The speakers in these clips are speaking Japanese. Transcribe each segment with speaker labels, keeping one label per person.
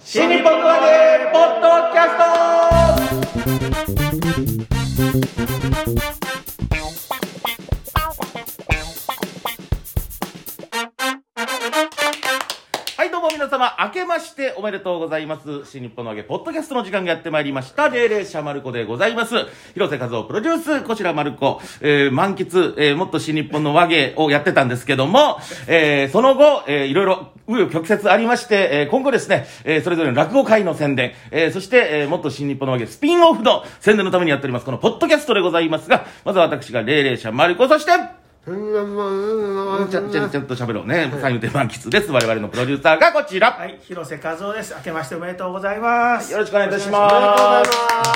Speaker 1: 新日本コアでポッドキャストはいどうも皆様明けましておめでとうございます新日本の揚げポッドキャストの時間がやってまいりました霊霊者マルコでございます広瀬和夫プロデュースこちらマルコ、えー満喫、えーもっと新日本の和芸をやってたんですけども、えーその後、えーいろいろ紆余曲折ありまして、えー今後ですね、えーそれぞれの落語会の宣伝、えーそして、えーもっと新日本の和芸スピンオフの宣伝のためにやっておりますこのポッドキャストでございますがまずは私が霊霊者マルコそしてちゃんちゃんちゃんと喋ろうね。三遊亭満喫です。我々のプロデューサーがこちら。
Speaker 2: はい、広瀬和夫です。明けましておめでとうございます。
Speaker 1: よろしくお願いいたし
Speaker 2: よろ
Speaker 1: ま
Speaker 2: しく
Speaker 1: す
Speaker 2: お願い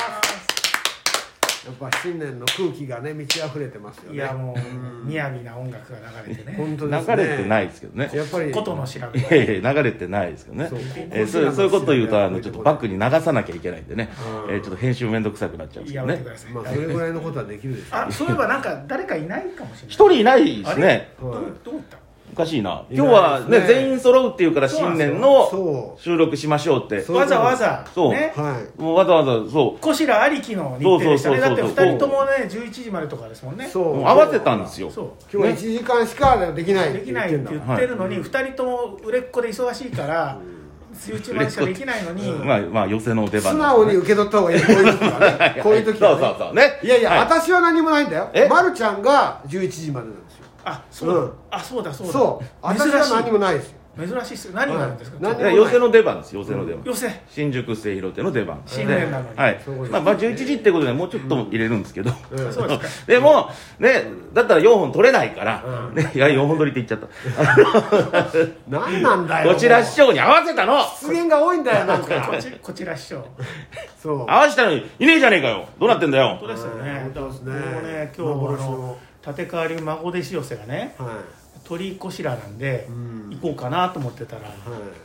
Speaker 3: やっぱ新年の空気がね満ち溢れてますよ
Speaker 2: い
Speaker 3: ね
Speaker 2: や、もう、みやびな音楽が流れてね。
Speaker 3: 本当ですね
Speaker 1: 流れてないですけどね。
Speaker 3: やっぱり
Speaker 2: ことの調べ
Speaker 1: い。やいや流れてないですけどね
Speaker 3: そうか。
Speaker 1: えーそうそういうこと言うと、あの、ちょっとバック
Speaker 3: に
Speaker 1: に流さなきゃいけないんでね。えーちょっと編集めんどくさくなっちゃうんですけ
Speaker 2: や
Speaker 1: ど
Speaker 2: めて
Speaker 1: ね
Speaker 2: く。ださい。
Speaker 3: まあそれぐらいのことはできるでしょ
Speaker 2: あ、そういえば、なんか、誰かいないかもしれない。
Speaker 1: 一人いないですね。
Speaker 2: ど、
Speaker 3: はいう
Speaker 2: どうだった。
Speaker 1: おかしいな。
Speaker 3: い
Speaker 1: 今日はね、
Speaker 3: ね
Speaker 1: 全員揃うっていうから
Speaker 2: そう
Speaker 1: 新
Speaker 2: なんですよ
Speaker 1: 年の
Speaker 3: そう
Speaker 1: 収録しましょうって
Speaker 3: そ。う
Speaker 2: わざわざ
Speaker 1: そう、
Speaker 2: ね、
Speaker 3: はい
Speaker 1: もうわざわざ、そ
Speaker 2: こしらありきの日程でしたね。
Speaker 1: そ
Speaker 2: だ
Speaker 1: う
Speaker 2: っ
Speaker 1: そ
Speaker 2: て、
Speaker 1: うそうそう
Speaker 2: 二人ともね、11時までとかですもんね。
Speaker 1: う。
Speaker 3: そう
Speaker 1: もう合わせたんですよ。
Speaker 2: そ
Speaker 3: 今日1時間しかできな
Speaker 2: う。
Speaker 3: い
Speaker 2: で
Speaker 3: って
Speaker 2: き
Speaker 3: 言
Speaker 2: な
Speaker 3: っ
Speaker 2: い
Speaker 3: て
Speaker 2: っ
Speaker 3: んだ
Speaker 2: て言ってるのに、二人とも売れっ子で忙しいから、11までしかできないのに、
Speaker 1: まあ、まあ、寄せの出
Speaker 3: 素
Speaker 1: 番なん
Speaker 3: 直に受け取った方がいいこういう時はねこういう
Speaker 1: で。
Speaker 3: 時
Speaker 1: そうそう
Speaker 3: は
Speaker 1: そうね。
Speaker 3: ねいやいや
Speaker 1: は
Speaker 3: 私は何もないんだよ
Speaker 1: え
Speaker 3: まるちゃんが11時までなんですよ
Speaker 2: あ、そう
Speaker 3: うん
Speaker 2: だ。あ、そうだ、そうだ。
Speaker 3: そう私
Speaker 2: 珍し
Speaker 3: はい何もないですよ
Speaker 2: 珍しいっすよ何があるんですか、
Speaker 3: はい
Speaker 1: いや寄せの出番です、寄せの出番。
Speaker 2: 寄せ
Speaker 1: 新宿末広手の出番
Speaker 2: 新年なのに
Speaker 1: はい
Speaker 3: そういうことです
Speaker 1: まあ、まあ11時ってことでもうちょっと入れるんですけど、
Speaker 3: うん
Speaker 2: そうです
Speaker 1: でもねだったら4本取れないから、ね、いや4本取りって言っちゃった
Speaker 3: 何なんだ
Speaker 1: あ
Speaker 3: よ
Speaker 1: のこちら師匠に合わせたの
Speaker 3: 出現が多いんだよなん
Speaker 2: かこ
Speaker 3: か
Speaker 2: ちこちら師匠
Speaker 3: そう
Speaker 1: 合わせたのにいねえじゃねえかよどうなってんだよ
Speaker 2: 本当ですよね
Speaker 3: 本当ですね
Speaker 2: もうね今日
Speaker 3: 幻
Speaker 2: 俺の
Speaker 3: の
Speaker 2: 立川流孫弟子寄せがね
Speaker 3: は
Speaker 2: 鳥こしらなんで
Speaker 3: うん
Speaker 2: 行こうかなと思ってたら、
Speaker 3: いはい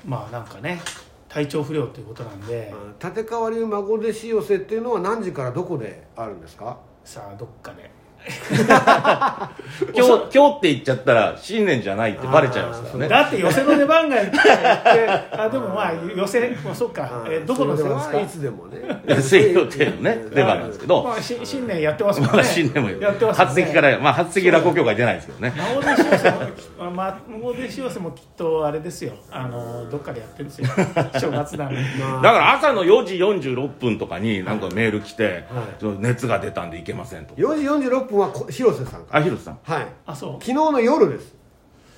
Speaker 2: まあなんかね体調不良ということなんで、
Speaker 3: 立川流孫弟子寄せっていうのは何時からどこであるんですか
Speaker 2: さあどっかで
Speaker 1: 今日今日って言っちゃったら新年じゃないってバレちゃいますからね
Speaker 2: だって寄せの出番がいっぱいあってあでもまあ寄せもうそっか、えどこの寄せ
Speaker 3: それ
Speaker 2: で
Speaker 3: はい
Speaker 2: すか
Speaker 3: つでもね
Speaker 1: 西洋亭のね出番なんですけど、
Speaker 2: まあ、し新年やってますもんね、
Speaker 1: まあ、 新年も
Speaker 2: やってますもん
Speaker 1: 初席から、まあ、初席落語協会出ないですけどね
Speaker 2: 孫弟子寄せも、 まあ、孫弟子寄せもきっとあれですよあのどっかでやってるんですよ正月なのに
Speaker 3: まあ
Speaker 1: だから朝の4時46分とかになんかメール来て、
Speaker 3: はい
Speaker 1: ちょっと熱が出たんでいけませんと
Speaker 3: 4時46分はこ広瀬さんから
Speaker 1: あひろさん
Speaker 3: はい
Speaker 2: あそう
Speaker 3: 昨日の夜です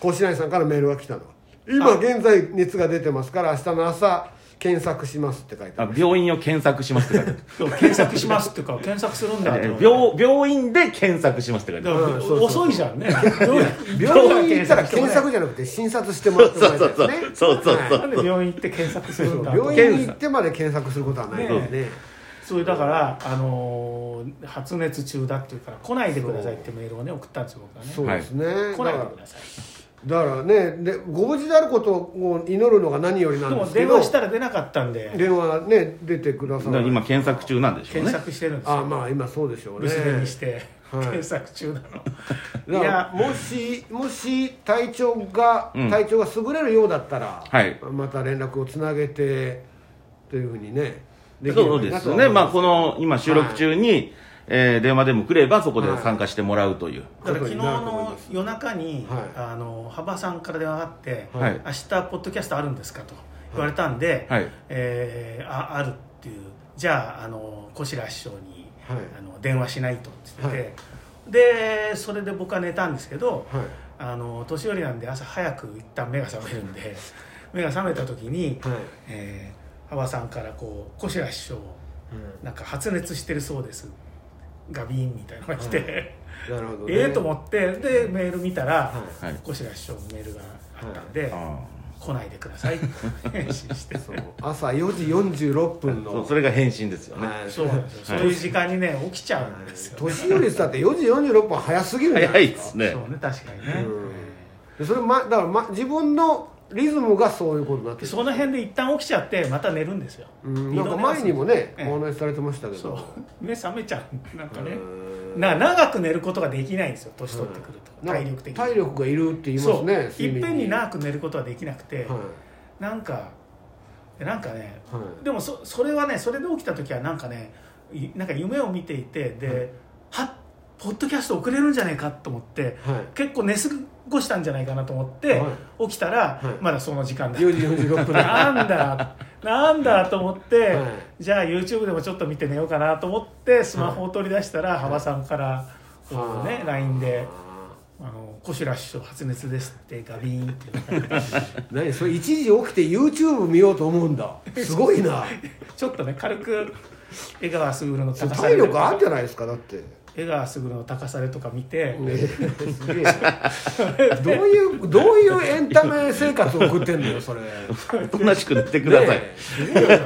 Speaker 3: 越谷さんからメールが来たのは今現在熱が出てますから明日の朝検索しますって書いてあ
Speaker 1: あ
Speaker 3: る
Speaker 1: 病院を検索しますって書いてある
Speaker 2: そう検索しますっていうか検索するん だ
Speaker 1: え
Speaker 2: よ
Speaker 1: ー病病院で検索しますって書いて
Speaker 2: だ
Speaker 1: あ
Speaker 2: か
Speaker 1: る
Speaker 2: ら
Speaker 3: うんそうそう
Speaker 2: 遅いじゃんね
Speaker 3: 病院行ったら検
Speaker 2: ね
Speaker 3: 索じゃなくて診察してもらってもらいたいですね
Speaker 1: そうそうそうそうそう
Speaker 2: なんで病院行って検索するんだ
Speaker 3: はい病院に行ってまで検索することはないよね
Speaker 2: それだから、あのー発熱中だっていうから来ないでくださいってメールをね送ったんですよ僕はね
Speaker 3: そうですね、
Speaker 2: 来ないでください
Speaker 3: だからねでご無事であることを祈るのが何よりな
Speaker 2: で
Speaker 3: んで
Speaker 2: も
Speaker 3: すけ
Speaker 2: 電
Speaker 3: ど
Speaker 2: 話したら出なかったんで
Speaker 3: 電話ね出てくださ
Speaker 1: だから
Speaker 3: る
Speaker 1: 今検索中なんでしょう
Speaker 2: 検
Speaker 1: ね
Speaker 2: 索してるんですよ
Speaker 3: あまあ今そうでしょう
Speaker 2: 留
Speaker 3: ね
Speaker 2: 守電にして、
Speaker 3: はい
Speaker 2: 検索中な
Speaker 3: だ
Speaker 2: の
Speaker 3: か
Speaker 2: い
Speaker 3: ら
Speaker 2: や
Speaker 3: もしもし体調が、
Speaker 1: うん
Speaker 3: 体調が優れるようだったら、
Speaker 1: はい
Speaker 3: また連絡をつなげてというふうにねできれば
Speaker 1: そう
Speaker 3: いい
Speaker 1: で
Speaker 3: な
Speaker 1: す
Speaker 3: と
Speaker 1: よ
Speaker 3: は思
Speaker 1: ね
Speaker 3: い
Speaker 1: まあ
Speaker 3: ます
Speaker 1: この今収録中に、えー電話でも来ればそこで参加してもらうという、
Speaker 2: だから昨日
Speaker 3: はい
Speaker 2: の夜中に、
Speaker 3: はい
Speaker 2: あの幅さんから電話があって、
Speaker 1: はい
Speaker 2: 明日ポッドキャストあるんですかと言われたんで、
Speaker 1: はい
Speaker 2: えーああるっていうじゃああの小白師匠に、
Speaker 3: はい
Speaker 2: あの電話しないとって言ってて、
Speaker 3: は
Speaker 2: でそれで僕は寝たんですけど、
Speaker 3: はい
Speaker 2: あの年寄りなんで朝早く一旦目が覚める んで目が覚めた時に、
Speaker 3: はい
Speaker 2: えー幅さんからこう小白師匠なんか発熱してるそうですガビーンみたいなのが来て。
Speaker 3: うんなるほど、ね、
Speaker 2: ええと思ってでメール見たら、
Speaker 3: はい
Speaker 1: はい
Speaker 2: 小白師匠のメールがあったんで、
Speaker 1: あ
Speaker 2: 来ないでくださいって 返信して
Speaker 3: そう朝4時46分
Speaker 1: ー
Speaker 3: の
Speaker 1: そうそれが返信ですよね、
Speaker 3: はい
Speaker 2: そうなんですよ、
Speaker 1: はい
Speaker 2: そういう時間にね起きちゃうんですよ、
Speaker 3: 年寄りだって4時46分早すぎるんじゃな
Speaker 1: 早
Speaker 3: い
Speaker 1: い
Speaker 3: で
Speaker 1: です
Speaker 3: か
Speaker 1: すね
Speaker 2: そうね確かにね、
Speaker 3: うん
Speaker 2: え
Speaker 3: でそれ、ま、だから、ま、自分のリズムがそういうことになって
Speaker 2: ー
Speaker 3: る
Speaker 2: その辺で一旦起きちゃってまた寝るんですよ、
Speaker 3: うん、
Speaker 2: 二
Speaker 3: な
Speaker 2: 度
Speaker 3: ん
Speaker 2: 寝
Speaker 3: か
Speaker 2: は
Speaker 3: 前にもね
Speaker 2: ええ
Speaker 3: お話しされてましたけ
Speaker 2: そう
Speaker 3: ど
Speaker 2: 目覚めちゃうなんかね
Speaker 3: うん
Speaker 2: な長く寝ることができないんですよ年取ってくると、体力的に
Speaker 3: 体力がいるって言いま
Speaker 2: そ
Speaker 3: す
Speaker 2: う
Speaker 3: ね
Speaker 2: いっぺんに
Speaker 3: な
Speaker 2: 長く寝ることはできなくて、
Speaker 3: は
Speaker 2: なんかでなんかね、
Speaker 3: はい
Speaker 2: でもそそれはねそれで起きた時はなんかねいなんか夢を見ていてで、はっポッドキャスト送れるんじゃないかと思って
Speaker 3: はい
Speaker 2: 結構寝過ごしたんじゃないかなと思って、
Speaker 3: は
Speaker 2: 起きたら、
Speaker 3: はい
Speaker 2: まだその時間だ
Speaker 3: 4時46分だ
Speaker 2: なんだなんだと思って、
Speaker 3: はい
Speaker 2: じゃあ YouTube でもちょっと見て寝ようかなと思ってスマホを取り出したら、幅さんから、こう
Speaker 3: は
Speaker 2: ね
Speaker 3: い
Speaker 2: LINE で
Speaker 3: あ
Speaker 2: 「あの小白師匠発熱です」ってガビーンって
Speaker 3: ー何それ1時起きて YouTube 見ようと思うんだすごい な
Speaker 2: ちょっとね軽く江川卓の
Speaker 3: それ
Speaker 2: 高さ
Speaker 3: 体
Speaker 2: れと
Speaker 3: 力あるん
Speaker 2: か
Speaker 3: じゃないですかだって、ね
Speaker 2: 江川卓の高されとか見て、
Speaker 3: すげえなどういうどういうエンタメ生活を送ってんのよ それ
Speaker 1: おとなしく寝てください、
Speaker 3: ねえすごいよね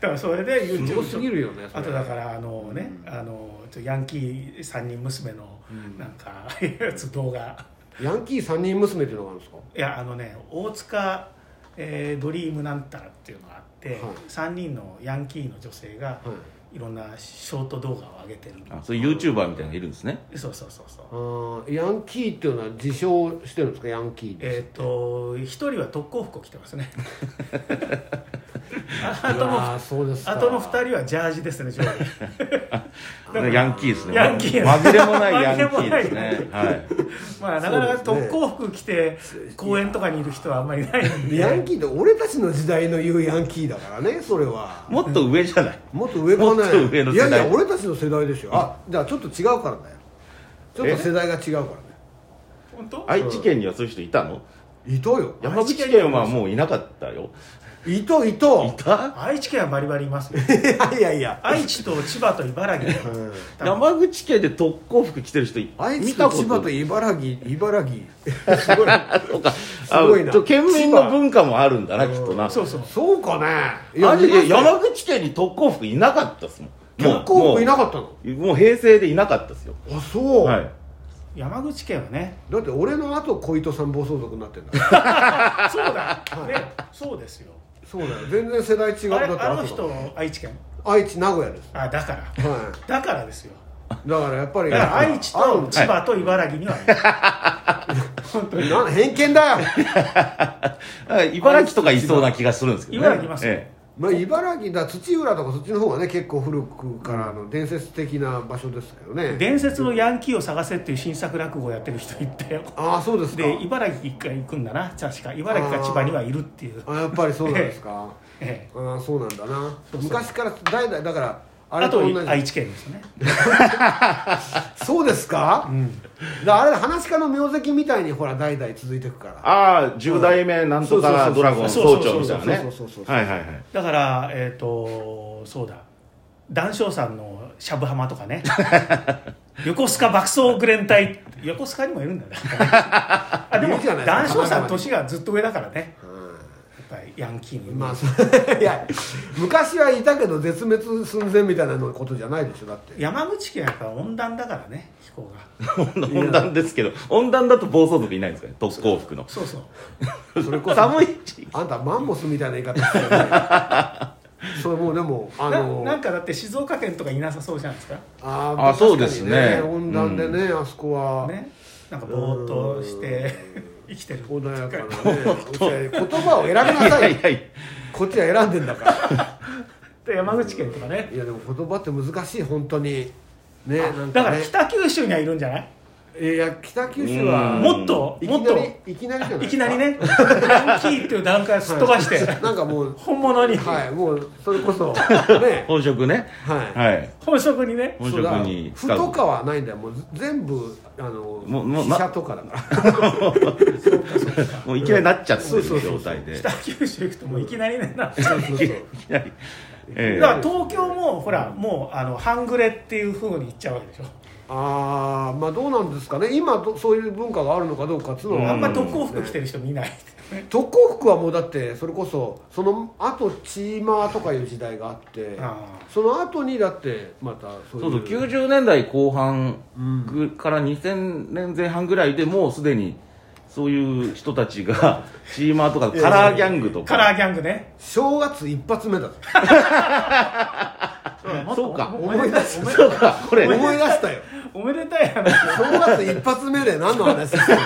Speaker 2: だからそれです YouTube
Speaker 3: ごすぎるよねそれ
Speaker 2: あとだからあのね、あのちょヤンキー三人娘のなんか、 やつ動画
Speaker 3: ヤンキー三人娘っていうのがあるんですか
Speaker 2: いやあのね大塚、えードリームなんたらっていうのがあって、
Speaker 3: はい
Speaker 2: 3人のヤンキーの女性が
Speaker 3: はい
Speaker 2: いろんなショート動画を上げてる、
Speaker 1: あそういう YouTuber みたいなのがいるんですね
Speaker 2: そうそうそうそう
Speaker 3: あーヤンキーっていうのは自称してるんですかヤンキーです
Speaker 2: えっ、と一人は特攻服を着てますねああと
Speaker 3: う
Speaker 2: の
Speaker 3: わー そうですか
Speaker 2: あとの2人はジャージですね上下だから
Speaker 1: ヤンキーですね
Speaker 2: ヤンキー
Speaker 1: 紛れもないヤンキーです
Speaker 2: 紛れ
Speaker 1: ねはい
Speaker 2: まあなかなか
Speaker 3: そうです
Speaker 2: 特
Speaker 3: ね
Speaker 2: 攻服着て公園とかにいる人はあんまりいないんで
Speaker 3: ヤンキーって俺たちの時代の言うヤンキーだからねそれは
Speaker 1: もっと上じゃない
Speaker 3: もっと上か
Speaker 1: も
Speaker 3: な
Speaker 1: っと上の
Speaker 3: い
Speaker 1: 世代
Speaker 3: やいや俺たちの世代ですよあじゃあちょっと違うからだよちょっと世代が違うからね
Speaker 2: 本当
Speaker 1: 愛知県にはそういう人いたの
Speaker 3: いたよ
Speaker 1: 山口県はもういなかったよ
Speaker 3: いたいた
Speaker 1: いた
Speaker 2: 愛知県はバリバリいますよ
Speaker 3: いやいやいや、
Speaker 2: 愛知と千葉と茨
Speaker 3: う
Speaker 2: 城は
Speaker 3: ん、
Speaker 2: 多分
Speaker 1: 山口県で特攻服着てる人い
Speaker 3: 愛
Speaker 1: 見
Speaker 3: 知
Speaker 1: た
Speaker 3: と
Speaker 1: こ
Speaker 3: 千葉と
Speaker 1: と
Speaker 3: 茨城茨城すごい
Speaker 1: そうか
Speaker 3: すごいな
Speaker 1: あちょ県民の文化もあるんだなきっとな
Speaker 2: そうそう
Speaker 3: そうかね
Speaker 1: あれで
Speaker 3: 山
Speaker 1: 山口県に特攻服いなかったっすもんもう
Speaker 3: 結構いなかったの
Speaker 1: もうもう平成でいなかったっすよ
Speaker 3: あそう、
Speaker 1: はい
Speaker 2: 山口県はね
Speaker 3: だって俺の後小糸三暴走族になってんだ
Speaker 2: そうだ、ね、そうですよ。
Speaker 3: そうだよ全然世代違う
Speaker 2: あれ、
Speaker 3: だって
Speaker 2: あ
Speaker 3: 後
Speaker 2: の
Speaker 3: だ
Speaker 2: 人、愛知県。
Speaker 3: 愛知名古屋です
Speaker 2: あ、だから。
Speaker 3: は
Speaker 2: だからですよ。
Speaker 3: いだからやっぱり
Speaker 2: だから、愛知と千葉と茨城にはいる。本当に。
Speaker 3: な偏見 だよ、
Speaker 1: だから茨城とかいそうな気がするんですけどね
Speaker 2: 茨城いますよ
Speaker 1: え
Speaker 3: まあ、茨城だ土浦とかそっちの方がね結構古くからの伝説的な場所ですけどね
Speaker 2: 伝説のヤンキーを探せっていう新作落語をやってる人いて。
Speaker 3: ああそうですか
Speaker 2: で、茨城一回行くんだな、確か、茨城か千葉にはいるっていう。
Speaker 3: あやっぱりそうなんですか
Speaker 2: ええ
Speaker 3: ああそうなんだな
Speaker 2: そうそう
Speaker 3: 昔から代々だからあ
Speaker 2: あ
Speaker 3: れ
Speaker 2: と
Speaker 3: と同じ
Speaker 2: 愛知県ですよね。
Speaker 3: そうですか、だからあれ話し家の名跡みたいにほら代々続いていくから
Speaker 1: ああ10代目なんとかドラゴン総長みたいなね
Speaker 3: そうそうそうそうそうそうそうそう
Speaker 1: はいはいはい
Speaker 2: だから、えっ、と、そうだ。談笑さんのしゃぶ浜と かね横須賀爆走グレン隊横須賀にもいるん だねあでも
Speaker 3: いるじゃない
Speaker 2: 談笑さん年がずっと上だからねやっぱりヤンキーに、
Speaker 3: まあそういや昔はいたけど絶滅寸前みたいなのことじゃないでしょだって
Speaker 2: 山口県はやっぱ温暖だからね気候が
Speaker 1: 温暖ですけど温暖だと暴走族いないんですかね特攻服の
Speaker 2: そうそう
Speaker 3: それこそ
Speaker 1: 寒い地域
Speaker 3: あんたマンモスみたいな言い方してるよね それもうでもあ
Speaker 2: な
Speaker 3: の
Speaker 2: なんかだって静岡県とかいなさそうじゃないですか
Speaker 3: あ
Speaker 1: あそうですね
Speaker 3: 確かに温暖でね、あそこは、
Speaker 2: ねなんかぼーっとして 生きてる
Speaker 3: 穏やかな ね言葉を選びなさいよ
Speaker 1: いやいや
Speaker 3: こっちは選んでんだから
Speaker 2: で山口県とかね
Speaker 3: いやでも言葉って難しい本当にねなん
Speaker 2: だ
Speaker 3: か
Speaker 2: か
Speaker 3: ね
Speaker 2: ら北九州にはいるんじゃない
Speaker 3: いや北九州は
Speaker 1: うん
Speaker 2: もっと
Speaker 3: いき
Speaker 2: もっ
Speaker 3: な
Speaker 2: と
Speaker 3: りいきなりじゃない
Speaker 2: いきなりね、ヤンキーっていう段階をすっ飛ばして、
Speaker 3: なんかもう
Speaker 2: 本物に、
Speaker 3: はいもうそれこ そね
Speaker 1: 本職ね
Speaker 3: は
Speaker 1: は
Speaker 3: い
Speaker 1: い
Speaker 2: 本職にね、
Speaker 1: 本
Speaker 3: そ
Speaker 1: 職
Speaker 3: うだ
Speaker 1: に
Speaker 3: ふとかはないんだよもう全部あの
Speaker 1: もうもう
Speaker 3: 飛車とかだから
Speaker 1: もういきなりなっちゃって
Speaker 3: そう
Speaker 1: る
Speaker 3: そうそうそう
Speaker 1: 状態で
Speaker 2: 北九州行くともういきなりね、な
Speaker 3: そ うそうそう
Speaker 1: ええ
Speaker 2: だから東京もほら、もうあの半グレっていうふうに言っちゃうわけでしょ、
Speaker 3: ああまあどうなんですかね今どそういう文化があるのかどうかっつう
Speaker 1: う
Speaker 3: のは
Speaker 1: ん
Speaker 2: あんま特攻服着てる人見ない、
Speaker 3: 特攻服はもうだってそれこそその後チーマーとかいう時代があって
Speaker 2: あー
Speaker 3: その後にだってまたそうい
Speaker 1: そう
Speaker 3: う
Speaker 1: そう90年代後半ぐから2000年前半ぐらいでもうすでにそういう人たち がチーマーとかカラーギャングと
Speaker 2: カラー
Speaker 1: か
Speaker 2: ギャングね、
Speaker 3: 正月一発目だぞ
Speaker 2: もっと
Speaker 1: そうか
Speaker 2: おめ
Speaker 3: 思い出す
Speaker 2: おめ
Speaker 1: そうかこれ
Speaker 3: 思い出したよ
Speaker 2: おめでたい話
Speaker 3: 正月一発目で何の話してる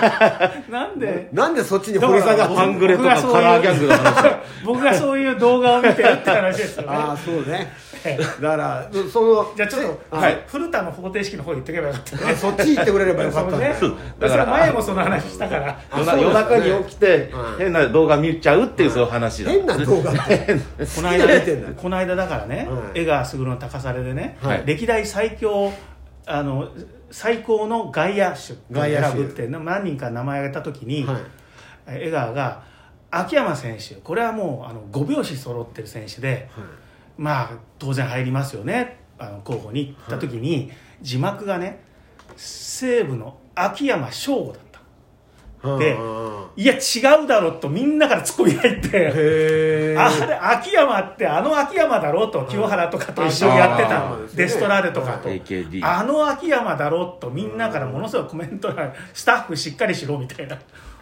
Speaker 2: なんで
Speaker 3: なんでそっちに掘り下がって
Speaker 1: ハングレとかカラーギャングの話
Speaker 2: 僕がそういう動画を見てるって話ですよね
Speaker 3: ああそう ねだからその
Speaker 2: じゃあちょっと、
Speaker 1: はい
Speaker 2: 古田の方程式の方言ってけばよかったね
Speaker 3: あそっち行ってくれればよかったんだよ
Speaker 2: そうね
Speaker 1: だから
Speaker 2: それ前もその話したから
Speaker 3: あ
Speaker 1: 夜
Speaker 3: そ
Speaker 1: な
Speaker 3: うですね
Speaker 1: 夜中に起きて
Speaker 3: うん
Speaker 1: 変な動画見ちゃうっていうそういう話だ
Speaker 3: 変な動画って
Speaker 2: こ
Speaker 3: 好
Speaker 2: の
Speaker 3: きな
Speaker 2: 間
Speaker 3: 見てんだよ
Speaker 2: この間だからね、
Speaker 3: はい
Speaker 2: 江川卓の高されでね、
Speaker 1: はい
Speaker 2: 歴代最強あの最高の外野手
Speaker 3: 外野手
Speaker 2: 選ぶって何人か名前挙げた時に、
Speaker 3: はい
Speaker 2: 江川が秋山選手これはもうあの5拍子揃ってる選手で、まあ当然入りますよねあの候補に行った時に、字幕がね西武の秋山翔吾だったで
Speaker 3: うん
Speaker 2: いや違うだろとみんなからツッコミ入って
Speaker 3: へえ
Speaker 2: あれ秋山ってあの秋山だろうと清原とかと一緒にやってた
Speaker 3: あー
Speaker 2: のデストラーデとかと
Speaker 1: はい AKD
Speaker 2: あの秋山だろうとみんなからものすごいコメントがスタッフしっかりしろみたいな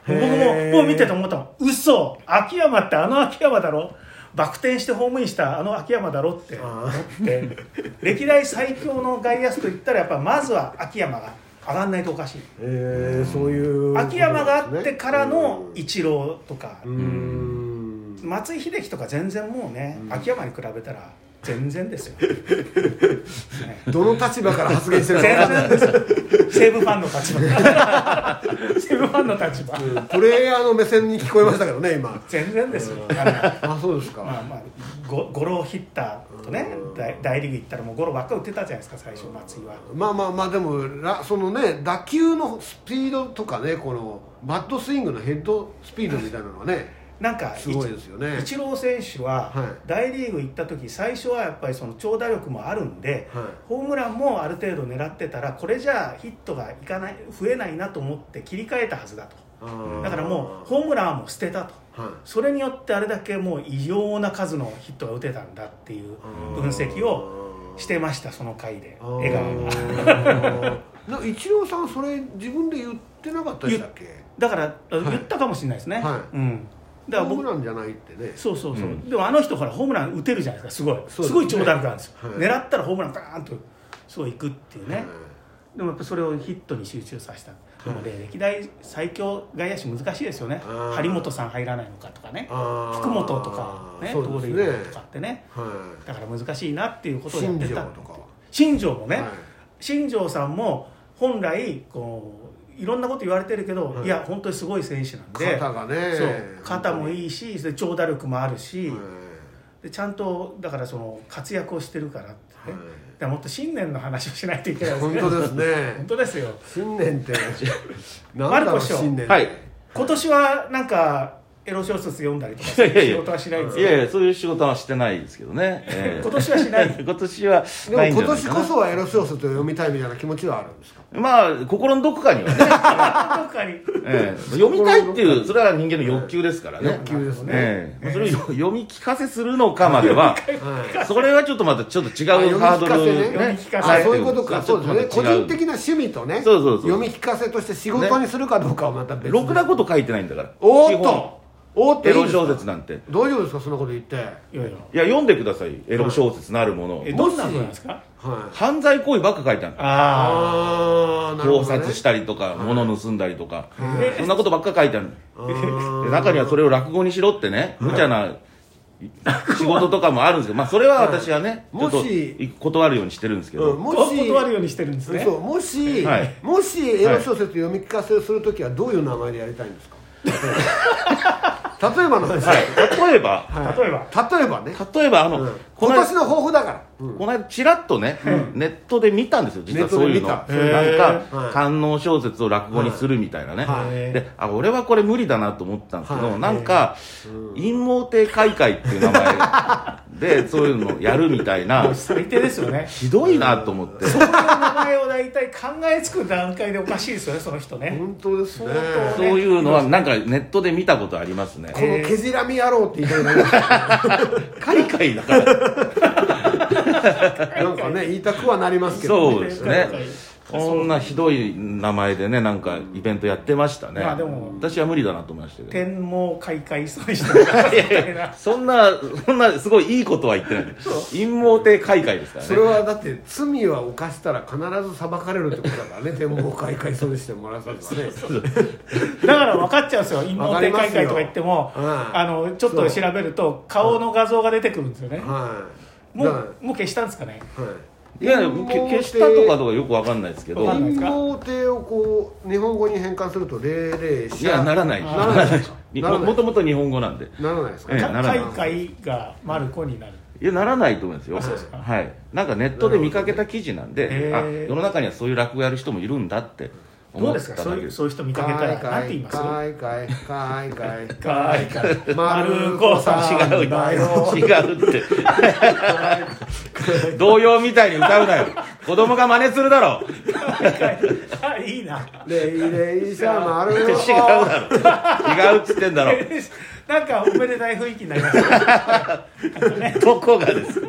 Speaker 2: 僕
Speaker 3: へー
Speaker 2: ももう見てて思ったもん嘘秋山ってあの秋山だろバク転してホームインしたあの秋山だろって思 って歴代最強の外野手といったらやっぱまずは秋山が上がんないとお かしい
Speaker 3: えーそういう
Speaker 2: 秋山があってからのイチローとか
Speaker 3: うーん
Speaker 2: 松井秀喜とか全然もうね、秋山に比べたら全然で すよね
Speaker 3: どの立場から発言して
Speaker 2: 全
Speaker 3: るか分かん ない
Speaker 2: 然ですよ西武ファンの立場 西武ファンの立場
Speaker 3: うんプレイヤーの目線に聞こえましたけどね今
Speaker 2: 全然ですよあの
Speaker 3: あそうですか
Speaker 2: まあまあゴゴロヒッターとね
Speaker 3: うん
Speaker 2: 大大リーグ行ったらもうゴロばっか打ってたじゃないですか最初松井は
Speaker 3: まあまあまあでもらそのね打球のスピードとかねこのバットスイングのヘッドスピードみたいなのはね
Speaker 2: なんか
Speaker 3: すごいですよね
Speaker 2: イチロー選手は
Speaker 3: はい
Speaker 2: 大リーグ行った時最初はやっぱりその長打力もあるんで、
Speaker 3: はい
Speaker 2: ホームランもある程度狙ってたらこれじゃあヒットがいかない増えないなと思って切り替えたはずだと
Speaker 3: あー
Speaker 2: だからもうホームランはもう捨てたと
Speaker 3: はい
Speaker 2: それによってあれだけもう異様な数のヒットが打てたんだっていう分析をしてましたその回で
Speaker 3: あー
Speaker 2: 江川が
Speaker 3: なイチローさんそれ自分で言ってなかったでしたっけ
Speaker 2: だから言ったかもしれないですね、
Speaker 3: はい
Speaker 2: うんだから
Speaker 3: ホーム
Speaker 2: 僕
Speaker 3: ランじゃないってね
Speaker 2: そうそうそう、
Speaker 1: うん
Speaker 2: でもあの人ほらホームラン打てるじゃないですかすごいす,、
Speaker 3: そうですね
Speaker 2: ごい長打力あるんですよ、
Speaker 3: はい
Speaker 2: 狙ったらホームランバーンとそういくっていうね、
Speaker 3: はい
Speaker 2: でもやっぱそれをヒットに集中させた、なので歴代最強外野手難しいですよね
Speaker 3: あー
Speaker 2: 張本さん入らないのかとかね
Speaker 3: あー
Speaker 2: 福本とかね
Speaker 3: そうです
Speaker 2: 盗
Speaker 3: ね
Speaker 2: 塁王とかってね
Speaker 3: は
Speaker 2: だから難しいなっていう
Speaker 3: い
Speaker 2: ことをやっ
Speaker 3: 新
Speaker 2: て
Speaker 3: 庄
Speaker 2: た
Speaker 3: とかは
Speaker 2: 新庄もね、
Speaker 3: はい
Speaker 2: 新庄さんも本来こういろんなこと言われてるけど、
Speaker 3: はい
Speaker 2: い、や本当にすごい選手なんで
Speaker 3: 肩がね
Speaker 2: そう肩もいいしで長打力もあるし、
Speaker 3: はい
Speaker 2: でちゃんとだからその活躍をしてるからってね、
Speaker 3: はい
Speaker 2: だからもっと新年の話をしないといけないです
Speaker 3: 本
Speaker 2: ね
Speaker 3: 当です
Speaker 2: 本
Speaker 3: ね
Speaker 2: 当ですよ
Speaker 3: 新年って何だろ
Speaker 2: マルコ
Speaker 3: う
Speaker 2: 師匠
Speaker 3: 新年って
Speaker 1: はい
Speaker 2: 今年はなんかエロ小説読んだりとか
Speaker 1: いやいやいや
Speaker 2: 仕事はしないんです
Speaker 1: い
Speaker 2: よ
Speaker 1: やいやそういう仕事はしてないですけど ね、ええ
Speaker 2: 今年はしない
Speaker 1: 今年は
Speaker 3: でも
Speaker 1: ないんじ
Speaker 3: 今
Speaker 1: ゃない
Speaker 3: 年
Speaker 1: かな
Speaker 3: こそはエロ小説を読みたいみたいな気持ちはあるんですか
Speaker 1: まあ心のどこかにはね、
Speaker 2: どっかに
Speaker 1: ええ読みたいっていうそれは人間の欲求ですからね、
Speaker 3: 欲求ですね
Speaker 1: ええそれを 読み聞かせするのかまで は
Speaker 3: はい
Speaker 1: それはちょっとまたちょっと違うハードル
Speaker 2: 読み聞かせ
Speaker 1: は
Speaker 3: あそういうことか
Speaker 1: ちょ
Speaker 3: そ
Speaker 1: っ
Speaker 3: うですね
Speaker 1: と
Speaker 3: 個
Speaker 1: また違
Speaker 3: 人的な趣味とね
Speaker 1: そうそうそう
Speaker 3: 読み聞かせとして仕事にするかどうかはまた別
Speaker 1: ろくなこと書いてないんだから
Speaker 3: おーっ
Speaker 1: 基本
Speaker 3: とおーっと
Speaker 1: エ
Speaker 3: いい
Speaker 1: ロ
Speaker 3: ですか
Speaker 1: 小説なんて
Speaker 3: 大丈夫ですかそんなこと言って
Speaker 2: いやいや
Speaker 1: いや読んでくださいエロ小説なるものを
Speaker 2: えどんなのなんですか
Speaker 3: はい
Speaker 1: 犯罪行為ばっか書いてある
Speaker 2: あ
Speaker 3: ああなるほ
Speaker 1: 盗
Speaker 3: どね
Speaker 1: 撮したりとか物盗んだりとか
Speaker 2: え
Speaker 1: そんなことばっか書いてある
Speaker 3: あ ー
Speaker 1: で中にはそれを落語にしろってね無茶な仕事とかもあるんですけどまあそれは私はねちょ
Speaker 3: も
Speaker 1: っと
Speaker 3: し
Speaker 1: 断るようにしてるんですけ
Speaker 3: うん
Speaker 1: ど
Speaker 2: あ
Speaker 3: もし
Speaker 2: 断るようにしてるんですね
Speaker 3: そうもし、
Speaker 1: はい
Speaker 3: もしエロ小説読み聞かせをするときはどういう名前でやりたいんですか例えばの話、
Speaker 1: はい例えば
Speaker 3: はい
Speaker 2: 例えば
Speaker 3: 例えばね、
Speaker 1: 例えばあ
Speaker 3: うん
Speaker 1: のこの間
Speaker 3: 今年の抱負だから、
Speaker 1: この間ちらっとね、ネットで見たんですよ実はそういうの
Speaker 3: ネッ
Speaker 1: な
Speaker 3: トで見た
Speaker 1: んか、
Speaker 3: はい
Speaker 1: 官能小説を落語にするみたいなね、
Speaker 3: はい
Speaker 1: であ俺はこれ無理だなと思ったんですけど、
Speaker 3: はい
Speaker 1: なんか、陰謀帝開会っていう名前 でそういうのをやるみたいな
Speaker 2: 最低ですよね
Speaker 1: ひどいなと思って
Speaker 2: そういう名前を大体考えつく段階でおかしいですよねその人ね
Speaker 3: 本当ですね
Speaker 2: 相
Speaker 1: そういうのはなんかネットで見たことありますね
Speaker 3: このけじらみ野郎って言いたくなりました
Speaker 1: 開会だから
Speaker 3: なんかね言いたくはなりますけど、
Speaker 1: そう
Speaker 3: ね、
Speaker 1: ですねこんなひどい名前でねなんかイベントやってましたね、
Speaker 2: まあでも
Speaker 1: 私は無理だなと思いましたけど
Speaker 2: 天網開会そういう人がみたいな
Speaker 1: そんなそんなすごいいいことは言ってない陰謀帝開会ですからね
Speaker 3: それはだって罪は犯したら必ず裁かれるってことだから ね天網開会そうしてもらわさずはね
Speaker 2: だから分かっちゃうんですよ陰謀帝開会とか言っても、
Speaker 3: わかりますようん
Speaker 2: あのちょっと調べると顔の画像が出てくるんですよね、
Speaker 3: はい
Speaker 2: も
Speaker 3: だか
Speaker 2: うもう消したんですかね
Speaker 3: らはい
Speaker 1: いやいやけ消したとかとかよくわかんないですけど
Speaker 2: わかんない
Speaker 3: 陰謀帝をこう日本語に変換すると霊霊者
Speaker 1: いやならない
Speaker 3: ならないですか
Speaker 1: に
Speaker 3: なら
Speaker 1: も
Speaker 3: ない
Speaker 1: もともと日本語なんで
Speaker 3: ならないですか、
Speaker 1: ええ
Speaker 2: か
Speaker 1: ならない
Speaker 2: 開会がマルコになる
Speaker 1: いやならないと思うんですよ
Speaker 2: あそうですか
Speaker 1: はいなんかネットで見かけた記事なん
Speaker 2: なるほ
Speaker 1: で、
Speaker 2: ど
Speaker 1: あ
Speaker 2: へー
Speaker 1: 世の中にはそういう落語やる人もいるんだって
Speaker 2: ど
Speaker 1: 思っ
Speaker 2: う
Speaker 1: た
Speaker 2: です
Speaker 1: だ
Speaker 2: か
Speaker 1: け
Speaker 2: そういうそういう人見かけたらなんて言います
Speaker 3: かいかいかいかい
Speaker 2: かいかい
Speaker 3: 丸子さん
Speaker 1: 違う
Speaker 3: だよ
Speaker 1: 違うって童謡みたいに歌うなよ子供が真似するだろ
Speaker 2: あいいな
Speaker 3: 霊霊者丸
Speaker 1: 違う
Speaker 3: 子
Speaker 1: だろ違うっつってんだろ
Speaker 2: なんかおめでたい雰囲気になりますね
Speaker 1: どこがですか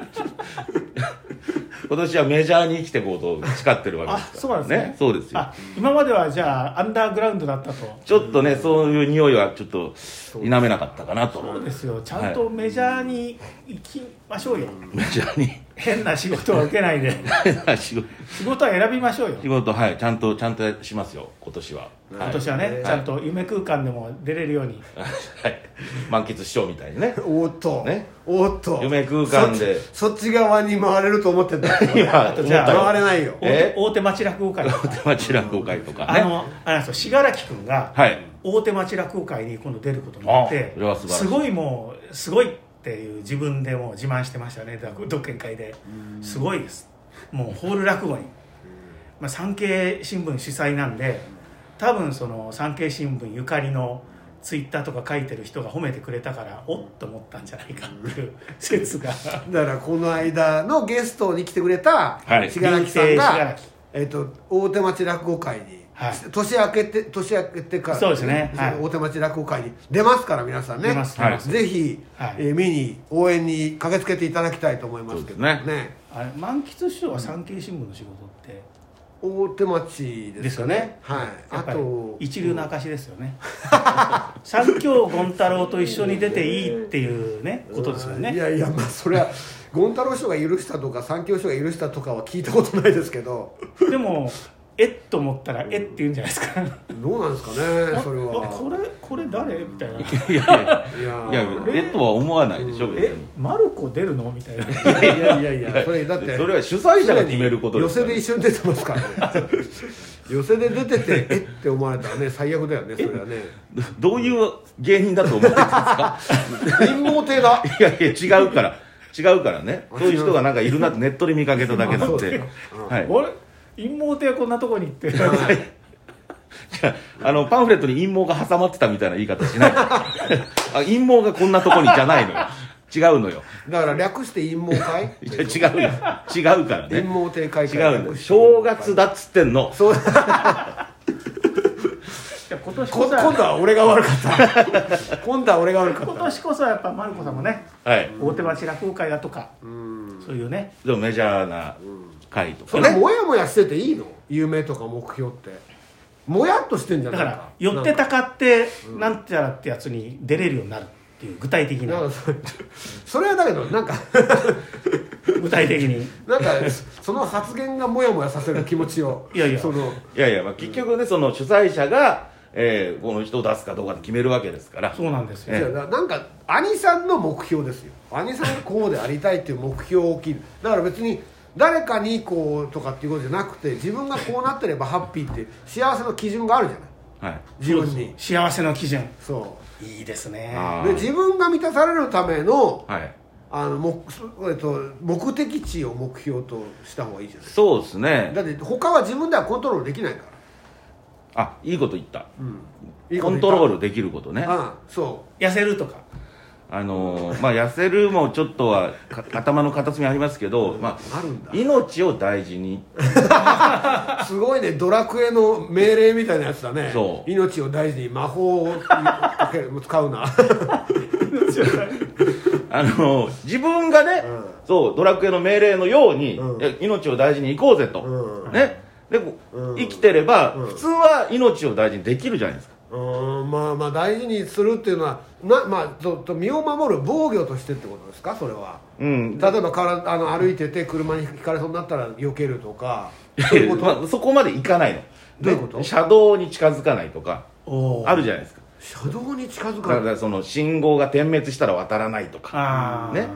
Speaker 1: 今年はメジャーに生きていこうと誓ってるわ
Speaker 2: あ
Speaker 1: けです
Speaker 2: そう
Speaker 1: から
Speaker 2: なんですね
Speaker 1: そうですよ
Speaker 2: あ今まではじゃあアンダーグラウンドだったと
Speaker 1: ちょっとねそういう匂いはちょっと否めなかったかなと
Speaker 2: そうですよちゃんとメジャーに行きましょうよ、
Speaker 1: メジャーに
Speaker 2: 変な仕事は受けないで
Speaker 1: 仕事
Speaker 2: 仕事は選びましょうよ
Speaker 1: 仕事はいちゃんとちゃんとしますよ今年は
Speaker 2: 今年はね、
Speaker 3: はい
Speaker 2: ちゃんと夢空間でも出れるように
Speaker 1: はい満喫しようみたいにね
Speaker 3: おっと、
Speaker 1: ね
Speaker 3: おっと
Speaker 1: 夢空間で
Speaker 3: そっちそっち側に回れると思ってた
Speaker 1: 今
Speaker 3: 回
Speaker 1: 思っ
Speaker 2: じゃあ
Speaker 1: たよ
Speaker 3: れないよ
Speaker 2: 大
Speaker 1: え
Speaker 2: 手大手町落語会
Speaker 1: 大手町落語会とか
Speaker 2: あ
Speaker 1: ね
Speaker 2: のあれなんですよ信楽君が
Speaker 1: はい
Speaker 2: 大手町落語会に今度出ることになっ
Speaker 1: あ
Speaker 2: て
Speaker 1: それは素晴らしい
Speaker 2: すごいもうすごいっていう自分でもう自慢してましたね独演会ですごいですもうホール落語に、まあ、産経新聞主催なんで多分その産経新聞ゆかりのツイッターとか書いてる人が褒めてくれたからおっと思ったんじゃないかっていう説が
Speaker 3: だからこの間のゲストに来てくれた
Speaker 1: はい
Speaker 3: 信楽さん
Speaker 2: 林生信
Speaker 3: が
Speaker 2: 楽、
Speaker 3: えっと大手町落語会に、
Speaker 2: はい
Speaker 3: 年明けて年明けてから
Speaker 2: そうですねはい
Speaker 3: 大手町落語会に出ますから皆さんね
Speaker 2: 出ます
Speaker 1: 出ます
Speaker 3: ぜひ、
Speaker 2: はい
Speaker 3: えー見に応援に駆けつけていただきたいと思いますけどね
Speaker 1: そうで
Speaker 2: あれ満喫師匠は産経新聞の仕事って
Speaker 3: 大手町ですかねはい
Speaker 2: や
Speaker 3: あ
Speaker 2: っぱり
Speaker 3: と
Speaker 2: 一流の証ですよね三協権太郎と一緒に出ていいっていうねことですよ
Speaker 3: い
Speaker 2: ね
Speaker 3: やいやまあそれは権太郎師匠が許したとか三協師匠が許したとかは聞いたことないですけど
Speaker 2: でもえっと思ったらえって言うんじゃないですか
Speaker 3: どうなんですかねそれ
Speaker 2: あこ
Speaker 3: は
Speaker 2: れこれ誰みたいない
Speaker 1: やいや
Speaker 3: いや
Speaker 1: いやえとは思わないでしょ別
Speaker 2: え
Speaker 1: に
Speaker 2: マルコ出るのみたいない
Speaker 3: やいやいやいやそれだって
Speaker 1: それは主催者が決めること
Speaker 3: で
Speaker 1: ですすから
Speaker 3: 寄せで一緒に出てますからね寄せで出ててえって思われたらね最悪だよねそれはね
Speaker 1: どういう芸人だと思ってるんですか
Speaker 3: 陰謀帝だ
Speaker 1: いやいや違うから違うから ねそういう人がなんかいるなってネットで見かけただけなん
Speaker 3: あそうで
Speaker 1: です
Speaker 3: か、
Speaker 1: は
Speaker 2: あ
Speaker 1: い
Speaker 2: れ、陰謀帝はこんなとこに行って
Speaker 1: いやあのパンフレットに陰謀が挟まってたみたいな言い方しないあ陰謀がこんなとこにじゃないのよ違うのよ
Speaker 3: だから略して陰謀会
Speaker 1: いや違うよ違うから
Speaker 3: 陰
Speaker 1: ね
Speaker 3: 謀帝会
Speaker 1: 違うんだよ正月だっつってんの
Speaker 3: そう
Speaker 2: いや今年こ
Speaker 3: こ
Speaker 2: そ
Speaker 3: 今度
Speaker 2: は
Speaker 3: は俺が悪か った今度は俺が悪か
Speaker 2: 今
Speaker 3: った
Speaker 2: 年こそはやっぱマルコさんもね
Speaker 1: はい
Speaker 2: 大手町落語会だとかそういうね
Speaker 1: でもメジャーな回と
Speaker 3: そ
Speaker 1: か
Speaker 3: れ
Speaker 1: ね
Speaker 3: もやもやしてていいの夢とか目標ってもやっとしてんじゃ
Speaker 2: だ
Speaker 3: ない
Speaker 2: から寄ってたかってなんちゃらってやつに出れるようになるっていう具体的
Speaker 3: なん
Speaker 2: な
Speaker 3: かそれそれはだけど なんか
Speaker 2: 具体的に
Speaker 3: なんかその発言がもやもやさせる気持ちを
Speaker 2: いやいや
Speaker 3: その
Speaker 1: いやいや、まあ、結局ねその主催者が、えーこの人を出すかどうかで決めるわけですから
Speaker 2: そうなんです
Speaker 3: いや
Speaker 2: よ
Speaker 3: ななんか兄さんの目標ですよ兄さんがこうでありたいっていう目標を切るだから別に誰かにこうとかっていうことじゃなくて自分がこうなってればハッピーって幸せの基準があるじゃない
Speaker 1: はい
Speaker 3: 自分に
Speaker 2: 幸せの基準
Speaker 3: そ
Speaker 2: いいですね
Speaker 1: あ
Speaker 3: う
Speaker 1: ー
Speaker 3: で自分が満たされるための
Speaker 1: はい
Speaker 3: あの目,、えっと、目的地を目標とした方がいいじゃない
Speaker 1: そうですね
Speaker 3: だって他は自分ではコントロールできないから、
Speaker 1: あいいこと言った
Speaker 3: うん
Speaker 1: コントロー
Speaker 3: ル
Speaker 1: ルできることね
Speaker 3: ああそ
Speaker 2: 痩せるとか
Speaker 1: あのーまあ痩せるもちょっとはか頭の片隅ありますけど、ま
Speaker 3: あるんだ
Speaker 1: あ、命を大事に
Speaker 3: うすごいねドラクエの命令みたいなやつだね
Speaker 1: そう
Speaker 3: 命を大事に魔法をかける使 うな
Speaker 1: あのー自分がね、
Speaker 3: うん
Speaker 1: そうドラクエの命令のように、
Speaker 3: うん
Speaker 1: いや命を大事にいこうぜと、
Speaker 3: うん
Speaker 1: ねでこう
Speaker 3: うん
Speaker 1: 生きてれば、
Speaker 3: うん
Speaker 1: 普通は命を大事にできるじゃないですか
Speaker 3: うんまあまあ大事にするっていうのはな、まあ、とと身を守る防御としてってことですかそれは
Speaker 1: うん
Speaker 3: 例えばからあの歩いてて車にひかれそうになったら避けるとか
Speaker 1: いや
Speaker 3: そうい
Speaker 1: いうや
Speaker 3: こと
Speaker 1: まあそこまでいかないの
Speaker 3: どういうこと
Speaker 1: で車道に近づかないとか
Speaker 2: おー
Speaker 1: あるじゃないですか
Speaker 3: 車道に近づ
Speaker 1: だか
Speaker 3: から
Speaker 1: だ
Speaker 3: な
Speaker 1: か
Speaker 3: い
Speaker 1: らその信号が点滅したら渡らないとか
Speaker 2: あー
Speaker 1: ね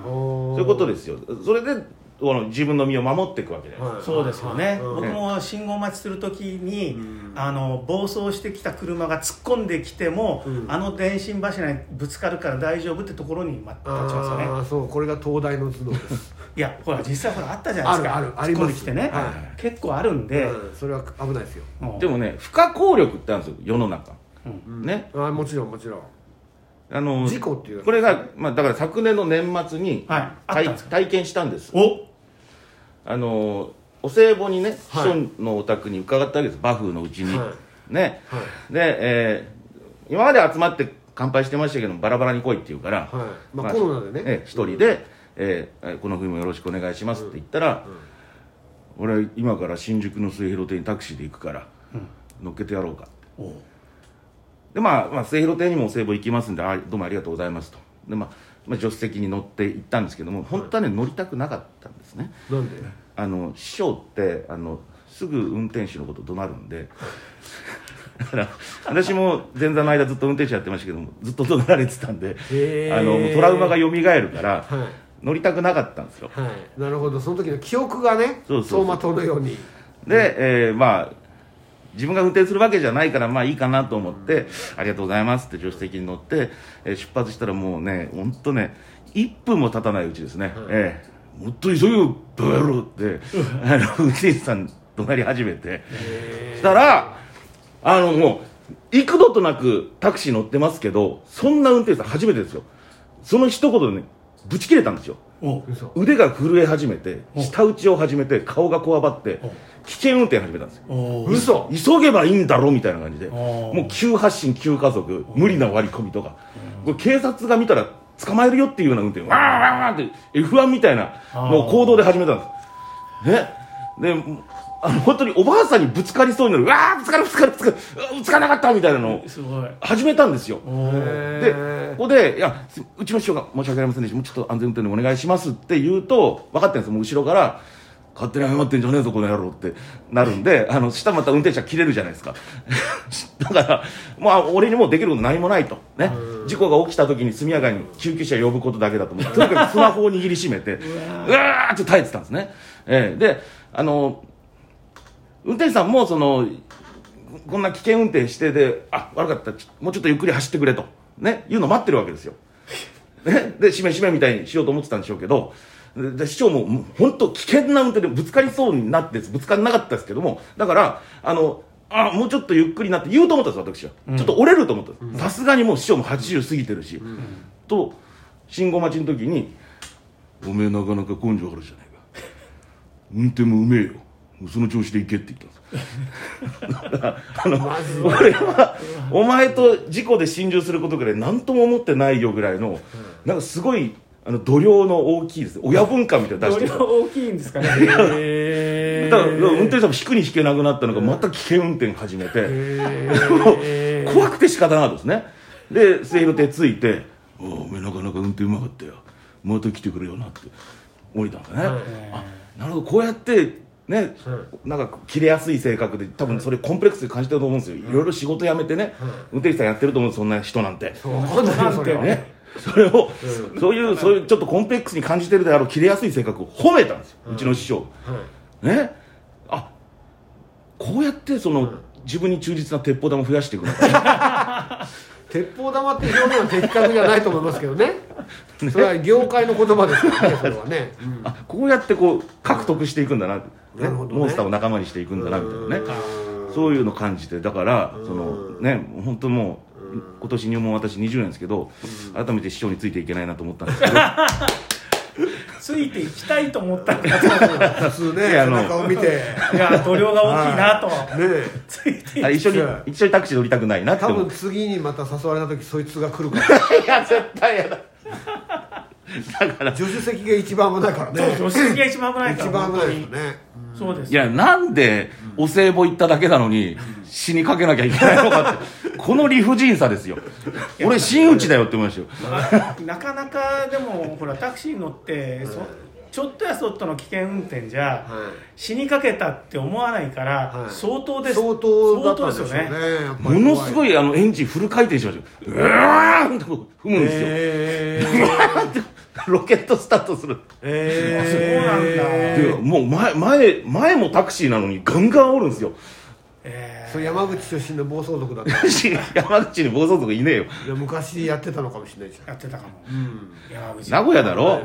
Speaker 1: そ
Speaker 3: そ
Speaker 1: ういうこと
Speaker 3: で
Speaker 1: ですよそれでこの自分の身を守っていくわけじゃないですか、
Speaker 2: そうですよね、
Speaker 3: うん
Speaker 2: 僕も信号待ちするときに、
Speaker 3: うん
Speaker 2: あの暴走してきた車が突っ込んできても、
Speaker 3: うん
Speaker 2: あの電信柱にぶつかるから大丈夫ってところにま立ち
Speaker 3: あ
Speaker 2: ますよね
Speaker 3: あそうこれが東大の頭脳です
Speaker 2: いやほら実際ほらあったじゃないですか
Speaker 3: あるあるあ
Speaker 2: 突
Speaker 3: り
Speaker 2: っ込
Speaker 3: ます
Speaker 2: んできてね、
Speaker 3: は
Speaker 2: 結構あるんで、
Speaker 3: うんそれは危ないですよ
Speaker 2: うん
Speaker 1: でもね不可抗力ってあるんですよ世の中、
Speaker 2: うん
Speaker 1: ね
Speaker 3: あもちろんもちろん
Speaker 1: あの
Speaker 3: 事故っていう
Speaker 1: これが、まあ、だから昨年の年末に、
Speaker 2: はいあっ
Speaker 1: 体
Speaker 2: たんですか
Speaker 1: 体験したんです
Speaker 2: お
Speaker 1: あのお歳暮にね秘
Speaker 3: はい
Speaker 1: 書のお宅に伺ったわけですバフのうちに、
Speaker 3: は
Speaker 1: ね
Speaker 3: は
Speaker 1: で、えー今まで集まって乾杯してましたけどバラバラに来いって言うから、
Speaker 3: はいまあコロナでね
Speaker 1: ええ一人で、ええこの冬もよろしくお願いします」って言ったら、俺今から新宿の末広亭にタクシーで行くから、乗っけてやろうか」
Speaker 2: お
Speaker 1: でまあ、まあ、末広亭にもお歳暮行きますんであどうもありがとうございますとで、まあまあ、助手席に乗って行ったんですけども本当はね乗りたくなかったんですね
Speaker 3: いなんで
Speaker 1: あの師匠ってあのすぐ運転手のこと怒鳴るんでだから私も前座の間ずっと運転手やってましたけどもずっと怒鳴られてたんで
Speaker 3: へー
Speaker 1: あのトラウマが蘇るから、
Speaker 3: は
Speaker 1: 乗りたくなかったんですよ
Speaker 3: いはいなるほどその時の記憶がね
Speaker 1: そうそうそう
Speaker 3: 走馬灯のように
Speaker 1: で、えーまあ自分が運転するわけじゃないからまあいいかなと思って、ありがとうございますって助手席に乗って、えー出発したらもうね本当ね1分も経たないうちですね、えーもっと急げよバカ野郎ってあの運転手さん怒鳴り始めてしたらあのもう幾度となくタクシー乗ってますけどそんな運転手さん初めてですよその一言でねぶち切れたんですよ
Speaker 2: お
Speaker 3: 嘘
Speaker 1: 腕が震え始めて
Speaker 2: お
Speaker 1: 舌打ちを始めて顔がこわばって
Speaker 2: お
Speaker 1: 危険運転始めたんですよ
Speaker 2: お
Speaker 3: 嘘
Speaker 1: 急げばいいんだろみたいな感じで
Speaker 2: お
Speaker 1: もう急発進急加速無理な割り込みとかこれ警察が見たら捕まえるよっていうような運転わーわーわーって F1 みたいなのを行動で始めたんですねであの本当におばあさんにぶつかりそうになるうわーぶつかるぶつかるぶつかるうわぶつかなかったみたいなのを
Speaker 2: すごい
Speaker 1: 始めたんですよ
Speaker 2: おー
Speaker 1: で
Speaker 3: へー
Speaker 1: ここで「いやすうちの師匠が申し訳ありませんでしたもうちょっと安全運転でお願いします」って言うと分かってるんですよもう後ろから「勝手に謝ってんじゃねえぞこの野郎」ってなるんであの下また運転手は切れるじゃないですか だからまあ俺にもうできること何もないとね事故が起きた時に速やかに救急車呼ぶことだけだと思ってとにかくスマホを握りしめて うわーって耐えてたんですね、ええであの運転手さんもそのこんな危険運転してであ悪かったちもうちょっとゆっくり走ってくれとねいうの待ってるわけですよ、ね、でしめしめみたいにしようと思ってたんでしょうけどでで市長ももう本当危険な運転でぶつかりそうになってぶつからなかったですけどもだからあのあもうちょっとゆっくりなって言うと思ったんです私は、ちょっと折れると思ったんですさすがにもう師匠も80過ぎてるし、と信号待ちの時に「おめえなかなか根性あるじゃないか」運転もうめえよその調子で行けって言ったんですよだからあ の俺はお前と事故で心中することぐらい何とも思ってないよぐらいの、なんかすごいあの度量の大きいです親分感みたいなの
Speaker 2: 容
Speaker 1: 出して
Speaker 2: 量
Speaker 1: る
Speaker 2: 大きいんですかね
Speaker 1: だから運転手さんも引くに引けなくなったのがまた危険運転始めて、もう 怖くて仕方なかったですねで末広手ついて「おうおめえなかなか運転うまかったよまた来てくれよな」って降りたんだね、あなるほどこうやってね、なんか切れやすい性格で多分それコンプレックスで感じてると思うんですよ、いろいろ仕事辞めてね、運転手さんやってると思うんですそんな人なんて
Speaker 3: そうわかんないよそれは
Speaker 1: ねそれを、そういうそういうちょっとコンプレックスに感じてるであろう切れやすい性格を褒めたんですよ、うちの師匠
Speaker 3: はい
Speaker 1: ねあこうやってその、自分に忠実な鉄砲玉を増やしていくのか
Speaker 3: 鉄砲玉って表現は的確じゃないと思いますけどねそれは業界の言葉ですからねそれはね、うん
Speaker 1: あこうやってこう獲得していくんだな、
Speaker 3: なるほどね
Speaker 1: モンスターを仲間にしていくんだなみたいなねそういうの感じてだからそのね本当もう今年入門私20年ですけど改めて師匠についていけないなと思ったんですけど
Speaker 2: ついていきたいと思ったんだ
Speaker 3: 普通ね
Speaker 1: いやあ
Speaker 3: 背
Speaker 1: の
Speaker 3: 中を見てね
Speaker 2: いや度量が大きいなと
Speaker 3: え
Speaker 2: ついてい
Speaker 1: あ一緒に
Speaker 3: うん
Speaker 1: 一緒にタクシー乗りたくないなって
Speaker 3: 多
Speaker 1: 思
Speaker 3: 分
Speaker 1: う
Speaker 3: 次にまた誘われた時そいつが来るから
Speaker 1: いや絶対やだだから
Speaker 3: 助手席が一番危ないからね
Speaker 2: そう助手席が一番危ないか
Speaker 3: 一
Speaker 2: ら
Speaker 3: 番危
Speaker 2: 本
Speaker 3: ない
Speaker 2: 当
Speaker 3: です
Speaker 2: に
Speaker 3: よね
Speaker 2: そうです
Speaker 1: いやなんでお歳暮行っただけなのに死にかけなきゃいけないのかってこの理不尽さですよ俺真打ちだよって思いましたよ
Speaker 2: あなかなかでもほらタクシーに乗ってそちょっとやそっとの危険運転じゃ、
Speaker 3: はい
Speaker 2: 死にかけたって思わないから、
Speaker 3: はい
Speaker 2: 相当です
Speaker 3: 相当だったんでしょう
Speaker 2: 相
Speaker 3: ね
Speaker 2: 当ですよ
Speaker 3: やっぱり
Speaker 1: も
Speaker 3: 怖
Speaker 1: のすご
Speaker 3: い
Speaker 1: いあのエンジンフル回転しましたようわーんってこう踏むんですよ、
Speaker 3: え
Speaker 1: ロケットスタートする
Speaker 3: え
Speaker 2: あ
Speaker 1: でもう前前前もタクシーなのにガンガンおるんですよ
Speaker 2: え
Speaker 3: そう山口出身の暴走族だった
Speaker 1: 山口に暴走族いねえよ
Speaker 3: いや 昔やってたのかもしれないじ
Speaker 2: ーやってたかも、
Speaker 3: ゃんうん
Speaker 2: 山口
Speaker 1: 名古屋だろ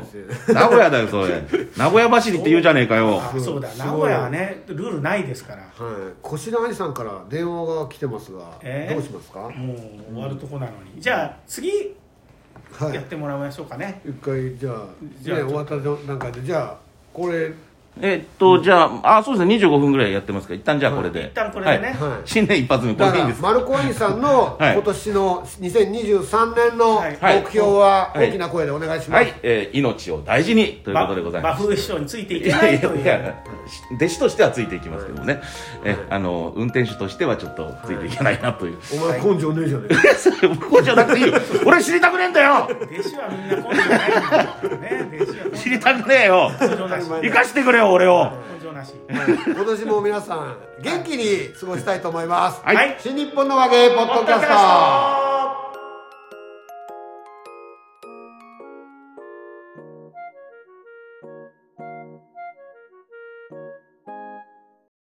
Speaker 1: 名古屋だよそれ名古屋走りって言うじゃねえかよ
Speaker 2: あそうだ
Speaker 3: す
Speaker 2: 名
Speaker 3: ごい
Speaker 2: 古屋はねルールないですから
Speaker 3: はい、越田兄さんから電話が来てますが、
Speaker 2: えー
Speaker 3: どうしますか、
Speaker 2: もう終わるとこなのに、じゃあ次
Speaker 3: は
Speaker 2: やっ
Speaker 3: い
Speaker 2: てもらいましょうかね、
Speaker 3: 一回じゃあ
Speaker 2: じゃあ
Speaker 3: ね、終わった段階でじゃあこれ
Speaker 1: えっとじゃああそうですね25分ぐらいやってますから一旦じゃあこれで、
Speaker 2: 一旦これでね、
Speaker 3: はい
Speaker 1: 新年一発目これ
Speaker 3: だ
Speaker 1: でいいん
Speaker 3: から
Speaker 1: ですか
Speaker 3: 丸子兄さんの
Speaker 1: はい
Speaker 3: 今年の2023年の
Speaker 2: はい
Speaker 3: 目標は
Speaker 1: はい
Speaker 3: 大きな声でお願いしま
Speaker 1: は
Speaker 3: す、
Speaker 1: い、えー命を大事にということでございます
Speaker 2: バフ師匠についてい
Speaker 1: い
Speaker 2: けな
Speaker 1: やい
Speaker 2: いという
Speaker 1: やいや弟子としてはついていきますけどね、えあの運転手としてはちょっとついていけないなという、
Speaker 3: お前根性ねえじゃねえか、
Speaker 1: い やそれ僕じゃなくていいよ俺知りたくねえんだよ
Speaker 2: 弟子はみんな根性ないんだからね弟子は根
Speaker 1: 知
Speaker 2: 性
Speaker 1: りたくねえよ
Speaker 2: 根性なし
Speaker 1: 生かしてくれよ俺を
Speaker 2: 根性なし
Speaker 3: 今年も皆さん元気に過ごしたいと思います、
Speaker 1: はい
Speaker 2: はい
Speaker 3: 新日本の和芸ポッドキャスト